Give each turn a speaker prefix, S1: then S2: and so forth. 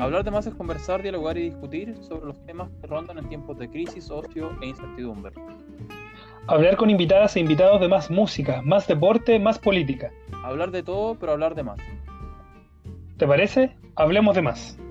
S1: Hablar de más es conversar, dialogar y discutir sobre los temas que rondan en tiempos de crisis, ocio e incertidumbre.
S2: Hablar con invitadas e invitados de más música, más deporte, más política.
S1: Hablar de todo, pero hablar de más.
S2: ¿Te parece? Hablemos de más.